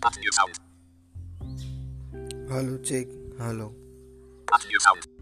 Button new sound. Hello, check. Hello. Button new sound.